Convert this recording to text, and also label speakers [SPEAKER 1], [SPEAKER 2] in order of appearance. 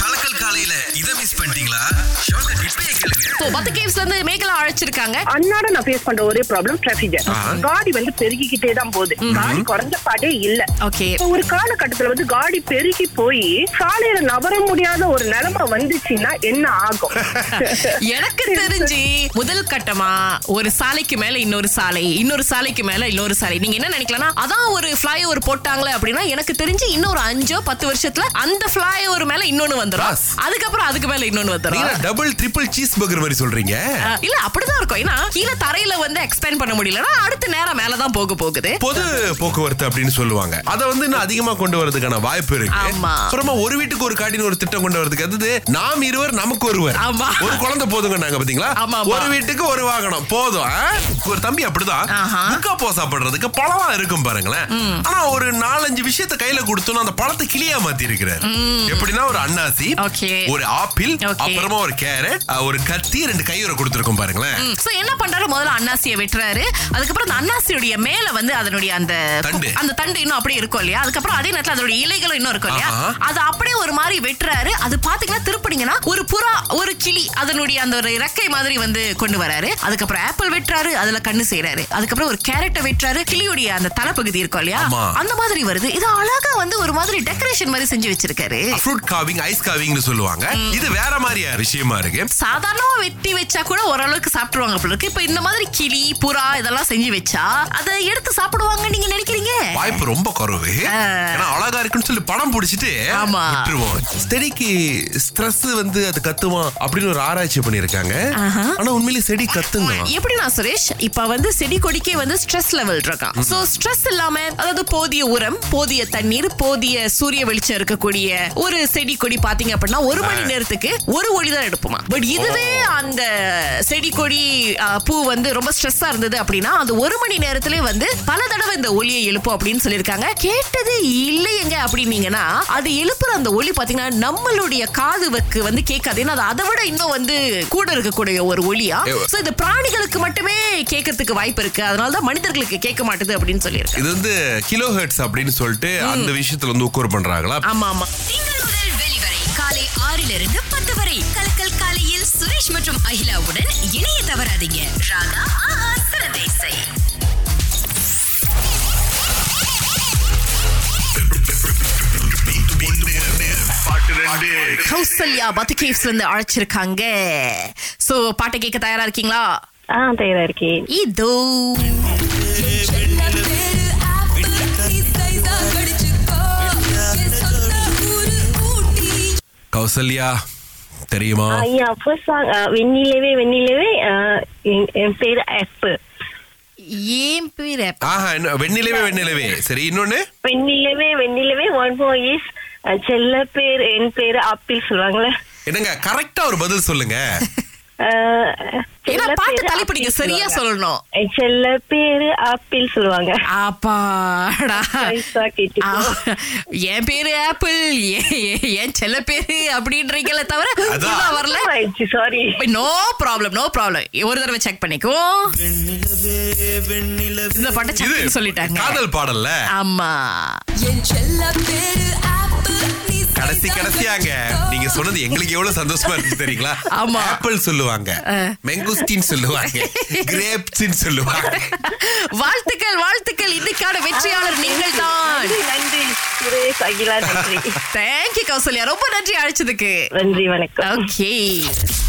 [SPEAKER 1] கலக்கல் காலையில இதை மிஸ் பண்ணிட்டீங்களா ஷோக்க இப்பயே கேளுங்க
[SPEAKER 2] இப்போ பத்து கேவ்ஸ்ல இருந்து மேகலாம் அழைச்சிருக்காங்க
[SPEAKER 3] அன்னாட நான் ஃபேஸ் பண்ற ஒரே ப்ராப்ளம் டிராபிக் ஜாம் காடி வந்து பெருகிக்கிட்டே தான் போகுது காடி குறைஞ்ச பாடே இல்ல
[SPEAKER 2] ஓகே
[SPEAKER 3] இப்போ ஒரு காலகட்டத்துல வந்து காடி பெருகி போய் சாலையில நகர முடியாத ஒரு நிலைமை வந்துச்சுன்னா என்ன ஆகும்
[SPEAKER 2] எனக்கு தெரிஞ்சு முதல் கட்டமா ஒரு சாலைக்கு மேல இன்னொரு சாலை இன்னொரு சாலைக்கு மேல இன்னொரு சாலை நீங்க என்ன நினைக்கலாம்னா அதான் ஒரு ஃபிளை ஓவர் போட்டாங்களே அப்படின்னா எனக்கு தெரிஞ்சு இன்னொரு அஞ்சோ பத்து வருஷத்துல அந்த ஃபிளை ஓவர் மேல இன்னொன்னு வந்துடும்
[SPEAKER 1] Yes.
[SPEAKER 2] அதுக்கப்புறம் அதுக்கு மேல இன்னொன்னு
[SPEAKER 1] நீங்க
[SPEAKER 2] வந்துடும்
[SPEAKER 1] டபுள் ட்ரிபிள் சீஸ் பர்கர் மாதிரி சொல்றீங்க
[SPEAKER 2] இல்ல அப்படிதான் இருக்கும் ஏன்னா கீழே தரையில வந்து எக்ஸ்பேண்ட் பண்ண முடியலன்னா அடுத்த நேரம் மேலதான் போக போகுது
[SPEAKER 1] பொது போக்குவரத்து அப்படின்னு சொல்லுவாங்க அத வந்து இன்னும் அதிகமா கொண்டு வரதுக்கான வாய்ப்பு இருக்கு
[SPEAKER 2] ஆமா.
[SPEAKER 1] அப்புறமா ஒரு வீட்டுக்கு ஒரு காட்டின்னு ஒரு திட்டம் கொண்டு வரதுக்கு அது நாம் இருவர் நமக்கு ஒருவர்
[SPEAKER 2] ஆமா.
[SPEAKER 1] ஒரு குழந்தை போதுங்க நாங்க பாத்தீங்களா
[SPEAKER 2] ஆமா, ஆமா.
[SPEAKER 1] ஒரு வீட்டுக்கு ஒரு வாகனம் போதும் ஆ? ஒரு தம்பி அப்படிதான்
[SPEAKER 2] ஆஹா.
[SPEAKER 1] முக்கா போசா படுறதுக்கு பழமா இருக்கும் பாருங்களேன் ஆனா ஒரு நாலஞ்சு விஷயத்த கையில கொடுத்தோன்னு அந்த பழத்தை கிளியா மாத்தி இருக்கிறாரு எப்படின்னா ஒரு அன்னாசி
[SPEAKER 2] Okay.
[SPEAKER 1] ஒரு ஆப்பிள்
[SPEAKER 2] Okay.
[SPEAKER 1] அப்புறமா ஒரு கேரட் அஹ், ஒரு கத்தி ரெண்டு கையுறை கொடுத்துருக்கோம் பாருங்களேன்
[SPEAKER 2] சோ என்ன பண்றாரு முதல்ல அன்னாசியை வெட்டுறாரு அதுக்கப்புறம் அந்த அன்னாசியுடைய மேல வந்து அதனுடைய அந்த
[SPEAKER 1] தண்டு.
[SPEAKER 2] அந்த தண்டு இன்னும் அப்படியே இருக்கும் இல்லையா அதுக்கப்புறம் அதே நேரத்துல அதனுடைய இலைகளும் இன்னும் இருக்கும் இல்லையா
[SPEAKER 1] ஆஹா.
[SPEAKER 2] அது அப்படியே ஒரு மாதிரி வெட்டுறாரு அது பாத்தீங்கன்னா திருப்பினீங்கன்னா ஒரு புறா ஒரு கிளி அதனுடைய அந்த ஒரு இறக்கை மாதிரி வந்து கொண்டு வராரு அதுக்கப்புறம் ஆப்பிள் வெட்டுறாரு அதுல கண்ணு செய்றாரு அதுக்கப்புறம் ஒரு கேரட்டை வெட்டுறாரு கிளியுடைய அந்த தலைப்பகுதி இருக்கும் இல்லையா
[SPEAKER 1] ஆமா.
[SPEAKER 2] அந்த மாதிரி வருது இது அழகா வந்து ஒரு மாதிரி டெக்கரேஷன் மாதிரி செஞ்சு வச்சிருக்காரு
[SPEAKER 1] ஃப்ரூட் காவிங் ஐஸ் காவிங்னு சொல்லுவாங்க இது வேற மாதிரியா விஷயமா இருக்கு
[SPEAKER 2] சாதாரணமா வெட்டி வச்சா கூட ஓரளவுக்கு சாப்பிடுவாங்க போல இருக்கு இப்ப இந்த மாதிரி கிளி புறா இதெல்லாம் செஞ்சு வச்சா அதை எடுத்து சாப்பிடுவாங்க நீங்க நினைக்கிறீங்க
[SPEAKER 1] வாய்ப்பு ரொம்ப குறைவு ஏன்னா அழகா இருக்குன்னு சொல்லி படம் பிடிச்சிட்டு
[SPEAKER 2] ஆமா.
[SPEAKER 1] விட்டுருவோம் செடிக்கு ஸ்ட்ரெஸ் வந்து அது கத்துமா அப்படின்னு ஒரு ஆராய்ச்சி பண்ணிருக்காங்க
[SPEAKER 2] ஆஹா.
[SPEAKER 1] ஆனா உண்மையிலேயே செடி கத்துங்க
[SPEAKER 2] எப்படி நான் சுரேஷ் இப்ப வந்து செடி கொடிக்கே வந்து ஸ்ட்ரெஸ் லெவல் இருக்கான் சோ ஸ்ட்ரெஸ் இல்லாம அதாவது போதிய உரம் போதிய தண்ணீர் போதிய சூரிய வெளிச்சம் இருக்கக்கூடிய ஒரு செடி கொடி பாத்தீங்க அப்படின்னா ஒரு மணி நேரத்துக்கு ஒரு ஒளி தான் எடுப்புமா பட் இதுவே அந்த செடி கொடி ஆ, பூ வந்து ரொம்ப ஸ்ட்ரெஸ்ஸா இருந்தது அப்படின்னா அது ஒரு மணி நேரத்திலே வந்து பல தடவை இந்த ஒளியை எழுப்பும் அப்படின்னு சொல்லியிருக்காங்க கேட்டதே இல்லையங்க அப்படின்னீங்கன்னா அது எழுப்புற அந்த ஒளி பாத்தீங்கன்னா நம்மளுடைய காதுவுக்கு வந்து கேட்காது ஏன்னா அது அதை விட இன்னும் வந்து கூட இருக்கக்கூடிய ஒரு ஒளியா சோ இது பிராணிகளுக்கு மட்டுமே கேட்கறதுக்கு வாய்ப்பு இருக்கு அதனால தான் மனிதர்களுக்கு கேட்க மாட்டுது அப்படின்னு சொல்லியிருக்காங்க
[SPEAKER 1] இது வந்து கிலோ ஹெர்ட்ஸ் அப்படின்னு சொல்லிட்டு அந்த விஷயத்துல வந்து உக்கூர் பண்றாங்களா
[SPEAKER 2] ஆமா ஆமா
[SPEAKER 4] திங்கள் முதல் வெளிவரை காலை ஆறிலிருந்து பத்து வரை கலக்கல் காலையில் சுரேஷ் மற்றும் அகிலாவுடன் இணைய தவறாதீங்க ராகா ஆஹா சரதேசை
[SPEAKER 2] கௌசல்யா பத்து கேவ்ஸ்ல இருந்து அழைச்சிருக்காங்க சோ பாட்டை கேட்க தயாரா இருக்கீங்களா
[SPEAKER 3] ஆ தயாரா இருக்கேன்
[SPEAKER 2] இதோ
[SPEAKER 1] கௌசல்யா தெரியுமா
[SPEAKER 3] ஐயா ஃபர்ஸ்ட் சாங் வெண்ணிலவே வெண்ணிலவே என் பேரு ஆப்
[SPEAKER 2] ஏன் பேர் அப்ப?
[SPEAKER 1] ஆஹா என்ன வெண்ணிலவே வெண்ணிலவே சரி இன்னொன்னு
[SPEAKER 3] வெண்ணிலவே வெண்ணிலவே ஒன் மோர் இஸ் செல்ல பேர் என் பேரு ஆப்பிள் சொல்லுவாங்களே
[SPEAKER 1] என்னங்க கரெக்டா ஒரு பதில் சொல்லுங்க
[SPEAKER 2] ஏன்னா பாட்டு தலைப்பிடிங்க சரியா சொல்லணும்
[SPEAKER 3] செல்ல பேரு ஆப்பிள் சொல்லுவாங்க
[SPEAKER 2] அப்பாடா
[SPEAKER 3] ஐசா
[SPEAKER 2] ஆ,
[SPEAKER 3] கேட்டுக்கோ
[SPEAKER 2] என் பேரு ஆப்பிள் ஏ- ஏ- என் செல்ல பேரு அப்படின்றீங்களே தவிர
[SPEAKER 1] அதான்.
[SPEAKER 2] இதுவா வரல
[SPEAKER 3] sorry
[SPEAKER 2] no problem no problem ஒரு தடவை செக் பண்ணிக்கோ இந்த பாட்டை
[SPEAKER 1] இது
[SPEAKER 2] செக் சொல்லிட்டாங்க
[SPEAKER 1] காதல் பாடல்ல
[SPEAKER 2] ஆமா
[SPEAKER 1] கடைசி கடைசியாங்க நீங்க சொன்னது எங்களுக்கு எவ்வளவு சந்தோஷமா இருக்கு தெரியுங்களா
[SPEAKER 2] ஆமா.
[SPEAKER 1] ஆப்பிள் சொல்லுவாங்க மெங்குஸ்டின் சொல்லுவாங்க கிரேப்ஸ்ன்னு சொல்லுவாங்க
[SPEAKER 2] வாழ்த்துக்கள் வாழ்த்துக்கள் இன்னைக்கான வெற்றியாளர் நீங்கள் தான்
[SPEAKER 3] நன்றி நன்றி சுரேஷ் அகிலா நன்றி
[SPEAKER 2] தேங்க்யூ கௌசல்யா ரொம்ப நன்றி அழைச்சதுக்கு
[SPEAKER 3] நன்றி வணக்கம்
[SPEAKER 2] ஓகே